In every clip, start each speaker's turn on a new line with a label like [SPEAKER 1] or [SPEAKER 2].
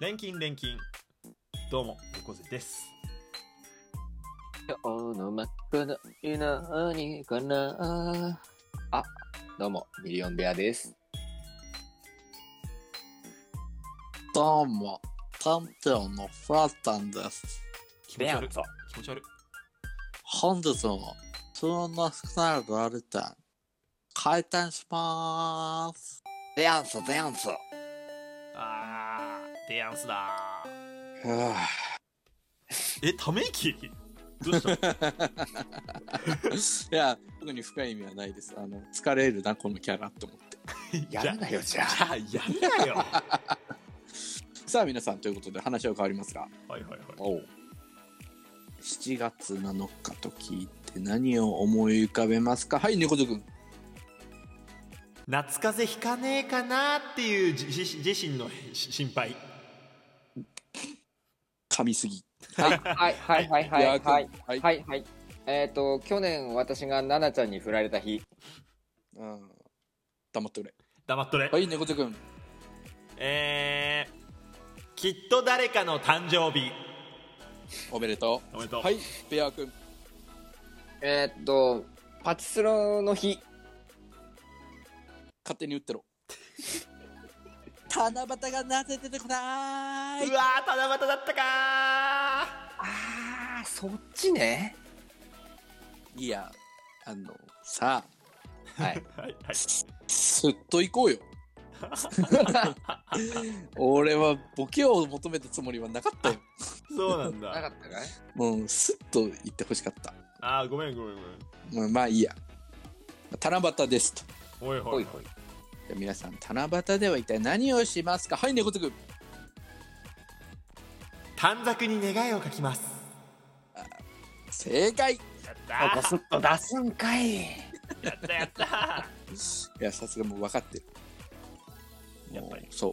[SPEAKER 1] 錬金錬金どうも猫背です
[SPEAKER 2] 今日の真っ赤な犬にかなあ、どうも、ミリオンベアです。
[SPEAKER 3] どうも、探偵のフラタンです。
[SPEAKER 1] 気持ち悪い
[SPEAKER 2] ベア
[SPEAKER 1] 気持ち悪い
[SPEAKER 3] 本日も、通の少ない料理店、開店しまーす。でやんす、でやんす。ふ
[SPEAKER 1] あーデアンスだー
[SPEAKER 3] ぅ
[SPEAKER 1] えため息どうした
[SPEAKER 3] いや、特に深い意味はないです。あの、疲れるな、このキャラって思って。
[SPEAKER 1] じゃ
[SPEAKER 2] やんなよ、じゃあ。
[SPEAKER 1] あやるなよは
[SPEAKER 3] さあ、皆さん、ということで話は変わりますが、
[SPEAKER 1] いはいはい
[SPEAKER 3] お7月7日と聞いて何を思い浮かべますかはい、猫背くん。
[SPEAKER 1] 夏風邪ひかねえかなっていうじじ自身のし心配
[SPEAKER 3] 噛みすぎ。
[SPEAKER 2] はい、はい、はい、はい、
[SPEAKER 3] や
[SPEAKER 2] はい、
[SPEAKER 3] ーくん
[SPEAKER 2] はい、
[SPEAKER 3] はい。
[SPEAKER 2] はい、はい。えっ、と、去年私がナナちゃんに振られた日。
[SPEAKER 3] うん。黙っておれ。
[SPEAKER 1] 黙っとれ、
[SPEAKER 3] はい、猫背くん。
[SPEAKER 1] えー、きっと誰かの誕生日
[SPEAKER 3] おめでと
[SPEAKER 1] おめで
[SPEAKER 3] う。
[SPEAKER 1] とう、
[SPEAKER 3] はい、ベア君。
[SPEAKER 2] えっ、と、パチスロの日。
[SPEAKER 3] 勝手に打ってろ。七夕がなぜ出てこな
[SPEAKER 1] うわー七夕だったか
[SPEAKER 2] あー、そっちね。
[SPEAKER 3] い。いや、あの、さ あ、
[SPEAKER 2] はい。
[SPEAKER 1] ーはいはい
[SPEAKER 3] すっと行こう よ。俺はボケを求めたつもりはなかったよ。
[SPEAKER 1] そうなん
[SPEAKER 2] なか
[SPEAKER 1] だ
[SPEAKER 2] ったかい
[SPEAKER 3] もう、すっと言ってほしかった。
[SPEAKER 1] あーごめんごめんごめん
[SPEAKER 3] まあ、まあいいや。七夕ですと。
[SPEAKER 1] おい
[SPEAKER 2] ほ
[SPEAKER 1] ほ
[SPEAKER 2] い
[SPEAKER 1] い
[SPEAKER 2] ほい。
[SPEAKER 3] じゃあ皆さん、七夕では一体何をしますかはい、猫背君。
[SPEAKER 1] 短冊に願いを書きます
[SPEAKER 3] 正解。い
[SPEAKER 1] やったー
[SPEAKER 2] スッと出すんかい。
[SPEAKER 1] やったやったー
[SPEAKER 3] や、さすがもう分かってる。
[SPEAKER 1] やっぱり
[SPEAKER 3] もうそう。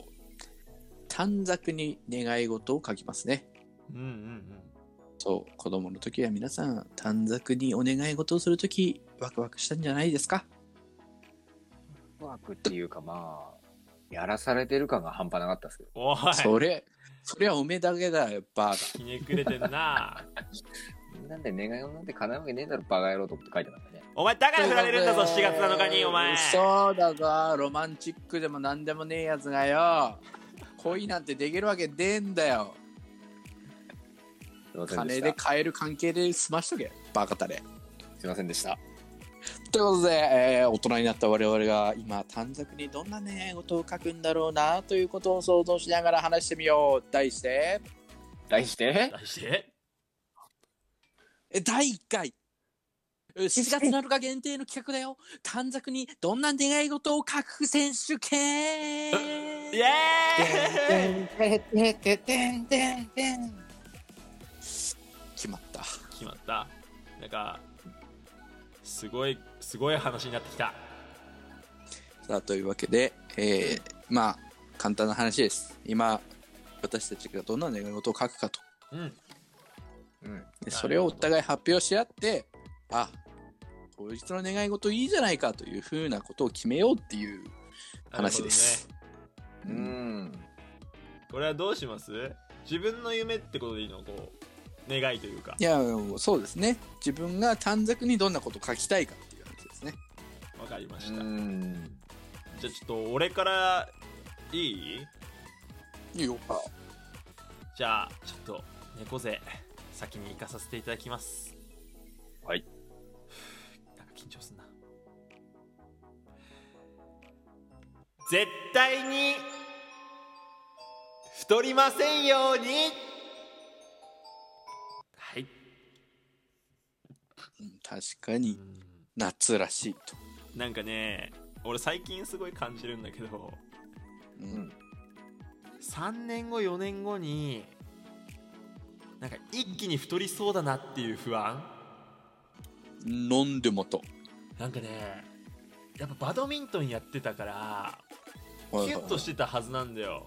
[SPEAKER 3] 短冊に願い事を書きますね。
[SPEAKER 1] うんうんうん
[SPEAKER 3] そう、子供の時は皆さん、短冊にお願い事をする時、ワクワクしたんじゃないですか
[SPEAKER 2] ワークっていうかまあ、やらされてる感が半端なかったですけど。
[SPEAKER 1] おい
[SPEAKER 3] それ、それはおめだけだよ、バー
[SPEAKER 1] ひねくれてんな
[SPEAKER 2] なんで願いをなんて叶うわけねえだろ、バカ野郎と思って書いてましたね。
[SPEAKER 1] お前だか
[SPEAKER 3] ガ
[SPEAKER 1] ら振られるんだぞ7月7日にお前
[SPEAKER 3] そうだぞ、ロマンチックでも何でもねえやつがよ。恋なんてできるわけねえんだよ。
[SPEAKER 2] すいませんで
[SPEAKER 3] 金
[SPEAKER 2] し
[SPEAKER 3] で
[SPEAKER 2] た。
[SPEAKER 3] 買える関係で済ましとけ、バカたれ。
[SPEAKER 2] すいませんでした。
[SPEAKER 3] ということで、えー大人になった我々が今短冊にどんな願い事を書くんだろうなということを想像しながら話してみよう題して
[SPEAKER 2] 題して、
[SPEAKER 1] 題して
[SPEAKER 3] え第1回え7月7日限定の企画だよ短冊にどんな願い事を書く選手権
[SPEAKER 1] イエーイ
[SPEAKER 2] てててんてんてん。
[SPEAKER 3] 決まった
[SPEAKER 1] 決まったなんかすごいすごい話になってきた
[SPEAKER 3] さあというわけで、えーまあ簡単な話です今私たちがどんな願い事を書くかと
[SPEAKER 1] うん
[SPEAKER 2] うん。
[SPEAKER 3] でそれをお互い発表し合ってあ当日の願い事いいじゃないかというふうなことを決めようっていう話です、
[SPEAKER 2] う
[SPEAKER 3] うん
[SPEAKER 2] ん。
[SPEAKER 1] これはどうします自分の夢ってことでいいのこう願いというか
[SPEAKER 3] いやもうそうですね自分が短冊にどんなこと書きたいかっていう話ですね
[SPEAKER 1] わかりま
[SPEAKER 2] う
[SPEAKER 1] した、
[SPEAKER 2] ん。
[SPEAKER 1] じゃあちょっと俺からいい
[SPEAKER 3] いいよ
[SPEAKER 1] じゃあちょっと猫背先に行かさせていただきます
[SPEAKER 2] はい
[SPEAKER 1] なんか緊張すんな絶対に太りませんようにはい
[SPEAKER 3] うん確かに夏らしいと、
[SPEAKER 1] なんかね俺最近すごい感じるんだけど
[SPEAKER 3] う
[SPEAKER 2] うん
[SPEAKER 3] ん、
[SPEAKER 1] 3年後4年後になんか一気に太りそうだなっていう不安
[SPEAKER 3] 飲んでもと、
[SPEAKER 1] なんかねやっぱバドミントンやってたからキュッとしてたはずなんだよ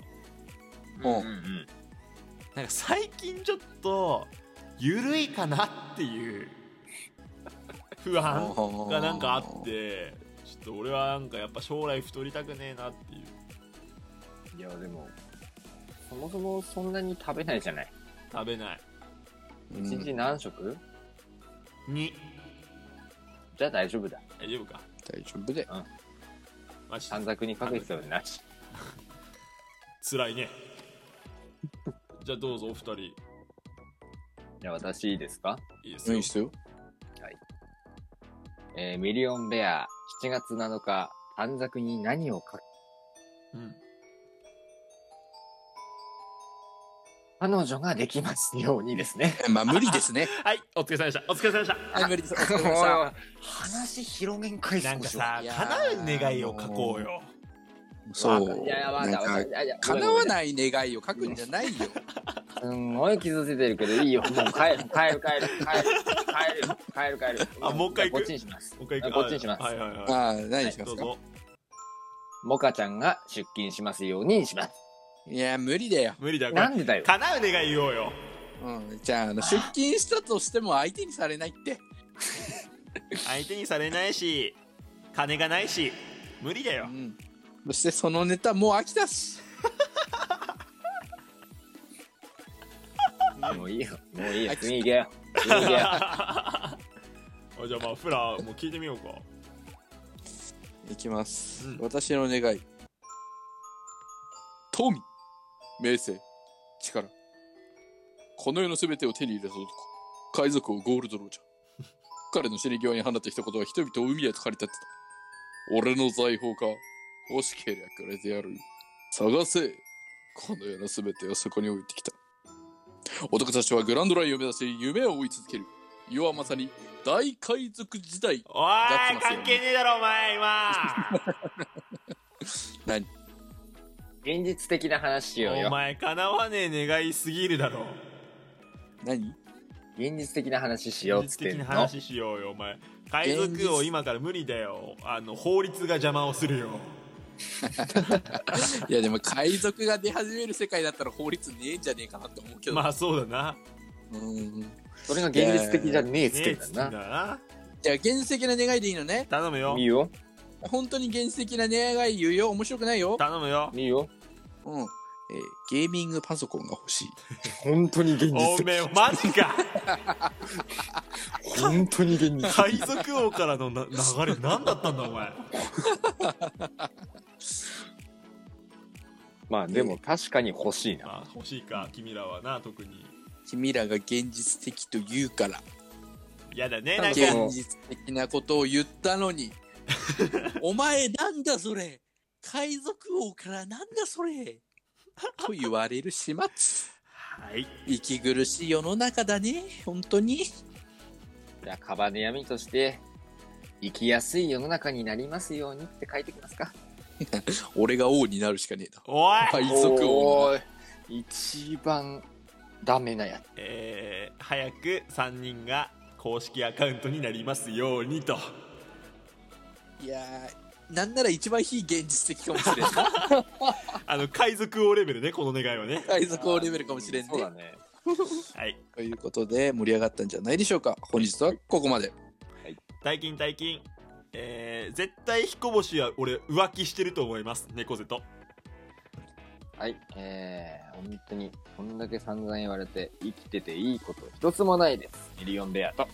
[SPEAKER 3] うん
[SPEAKER 2] ん。
[SPEAKER 1] なんか最近ちょっと緩いかなっていう 不安がなんかあってちょっと俺はなんかやっぱ将来太りたくねえなっていう
[SPEAKER 2] いや、でも、そもそもそんなに食べないじゃない。
[SPEAKER 1] 食べない
[SPEAKER 2] 一日
[SPEAKER 3] うん
[SPEAKER 2] 何食
[SPEAKER 1] 2
[SPEAKER 2] じゃあ大丈夫だ。
[SPEAKER 1] 大丈夫か
[SPEAKER 3] 大丈夫だよ。
[SPEAKER 1] マジ
[SPEAKER 2] 短冊に書く必要なし。
[SPEAKER 1] つらいねじゃあどうぞお二人い
[SPEAKER 2] じゃあ私いいですか
[SPEAKER 1] いです
[SPEAKER 3] い
[SPEAKER 1] よ
[SPEAKER 3] いっすよ。
[SPEAKER 2] えーミリオンベア、7月7日、短冊に何を書く
[SPEAKER 1] うん
[SPEAKER 2] 彼女ができますようにですね。
[SPEAKER 3] まあ無理です ね。
[SPEAKER 1] はいお疲れ様でしたお疲れ様でした
[SPEAKER 4] はい、無理です。お疲れ様でした。
[SPEAKER 2] 話広げんかい
[SPEAKER 1] なんかさ
[SPEAKER 4] いや
[SPEAKER 1] 叶
[SPEAKER 4] ー
[SPEAKER 1] う願いを書こうよ
[SPEAKER 3] そう。
[SPEAKER 2] いやいや、わか
[SPEAKER 3] な
[SPEAKER 2] った
[SPEAKER 3] ん
[SPEAKER 2] わか
[SPEAKER 3] か
[SPEAKER 2] った。いやいや
[SPEAKER 3] 叶わ
[SPEAKER 2] い
[SPEAKER 3] ない願いを書くんじゃないよ。
[SPEAKER 2] や。すんごい傷ついてるけど、いいよ。もう帰る、帰る、帰る、帰る、帰る、帰る、帰る。
[SPEAKER 1] あもう一回行く
[SPEAKER 2] こっちにします。
[SPEAKER 1] もう一回行く
[SPEAKER 2] こっちにします
[SPEAKER 1] はいはいはい
[SPEAKER 3] ああ、何にしま
[SPEAKER 1] ど
[SPEAKER 3] す
[SPEAKER 1] う
[SPEAKER 3] か
[SPEAKER 1] ぞ
[SPEAKER 2] モカちゃんが出勤しますようにします。
[SPEAKER 3] いや、無理だよ。
[SPEAKER 1] 無理だよこ
[SPEAKER 2] なん
[SPEAKER 1] れ
[SPEAKER 2] でだよ。
[SPEAKER 1] 叶う願い言おうよ
[SPEAKER 3] うん。じゃあ、あの出勤したとしても相手にされないって。
[SPEAKER 1] 相手にされないし金がないし無理だ
[SPEAKER 3] う
[SPEAKER 1] よ
[SPEAKER 3] ん。そしてそのネタもう飽きたし。
[SPEAKER 2] もういいよ。もういいよ。次行けよ。次行け よ。
[SPEAKER 1] あじゃあまあフラもう聞いてみようか
[SPEAKER 3] いきます。
[SPEAKER 1] うん
[SPEAKER 3] 私の願い。富、名声、力。この世のすべてを手に入れた男。海賊王ゴールドロージャー。 彼の死に際に放った一言は人々を海へと駆り立ってた。俺の財宝か。欲しけりゃくれてやる。探せ。この世のすべてをそこに置いてきた。男たちはグランドラインを目指し夢を追い続ける。いわまさに大海賊時代。
[SPEAKER 1] おーい
[SPEAKER 3] 出しますよ
[SPEAKER 1] 関係ねえだろお前今
[SPEAKER 2] 現実的な話しよう
[SPEAKER 1] お
[SPEAKER 2] よ。
[SPEAKER 1] 前叶わねえ願いすぎるだろ
[SPEAKER 3] 何
[SPEAKER 2] 現実的な話しようっ
[SPEAKER 1] 現
[SPEAKER 2] つ
[SPEAKER 1] 実
[SPEAKER 2] って
[SPEAKER 1] 的
[SPEAKER 2] ん
[SPEAKER 1] な
[SPEAKER 2] の。
[SPEAKER 1] 話しようよお前海賊王今から無理だよあの法律が邪魔をするよ
[SPEAKER 3] いやでも海賊が出始める世界だったら法律ねえんじゃねえかなって思うけど、
[SPEAKER 1] まあそうだな
[SPEAKER 3] うんい
[SPEAKER 2] それが現実的じゃねえっつ
[SPEAKER 1] ね
[SPEAKER 2] っ
[SPEAKER 1] え
[SPEAKER 2] て
[SPEAKER 1] っ
[SPEAKER 2] ん
[SPEAKER 1] つってん
[SPEAKER 2] だ
[SPEAKER 1] だ
[SPEAKER 2] な。
[SPEAKER 1] な
[SPEAKER 3] や原始的な願いでいいのね
[SPEAKER 1] 頼むよ
[SPEAKER 2] いいよ。
[SPEAKER 3] 本当に原始的な願い言うよ面白くないよ、
[SPEAKER 1] 頼むよ
[SPEAKER 2] いいよ。
[SPEAKER 3] うんえーゲーミングパソコンが欲しい
[SPEAKER 2] 本当に現
[SPEAKER 1] おめえマジか
[SPEAKER 2] 本当に現実
[SPEAKER 1] 海賊王からのな流れ何だったんだお前
[SPEAKER 2] まあでも確かに欲しいな。
[SPEAKER 1] あ欲しいか君らはな特に
[SPEAKER 3] 君らが現実的と言うから
[SPEAKER 1] やだね
[SPEAKER 2] な
[SPEAKER 1] なんん
[SPEAKER 2] か
[SPEAKER 1] か
[SPEAKER 3] 現実的なことを言ったのに お前なんだそれ海賊王からなんだそれと言われる始末
[SPEAKER 1] はい
[SPEAKER 3] 息苦しい世の中だね本当に
[SPEAKER 2] じゃあカバネ闇として生きやすい世の中になりますようにって書いてきますか。
[SPEAKER 3] 俺が王になるしかねえな
[SPEAKER 1] おい
[SPEAKER 3] 海賊王
[SPEAKER 2] おーい一番ダメなやつ。
[SPEAKER 1] えー、早く3人が公式アカウントになりますようにと
[SPEAKER 3] いやーなんなら一番非現実的かもしれんな
[SPEAKER 1] あの海賊王レベルねこの願いはね
[SPEAKER 3] 海賊王レベルかもしれん
[SPEAKER 2] そうだ
[SPEAKER 3] ね
[SPEAKER 2] ね。
[SPEAKER 1] はい
[SPEAKER 3] ということで盛り上がったんじゃないでしょうか本日はここまで
[SPEAKER 1] 大金大金えー、絶対彦星は俺浮気してると思います猫背と
[SPEAKER 2] はい。えー、本当にこんだけ散々言われて生きてていいこと一つもないです。ミリオンベアと。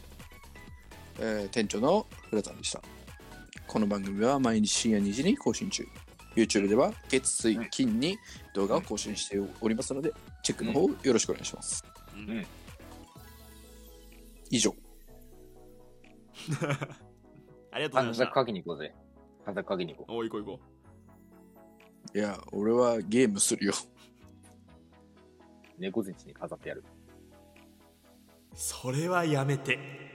[SPEAKER 3] えー店長の古田でしたこの番組は毎日深夜2時に更新中 YouTube では月水金に動画を更新しておりますのでチェックの方よろしくお願いします
[SPEAKER 1] うん
[SPEAKER 3] 以上
[SPEAKER 1] ありがとうございま
[SPEAKER 2] 短
[SPEAKER 1] し
[SPEAKER 2] 冊
[SPEAKER 1] た
[SPEAKER 2] 書きに行こうぜ。短冊書きに行こ
[SPEAKER 1] おい行こう行こ
[SPEAKER 3] いや俺はゲームするよ
[SPEAKER 2] う。猫背に飾ってやる。
[SPEAKER 1] うそれはやめて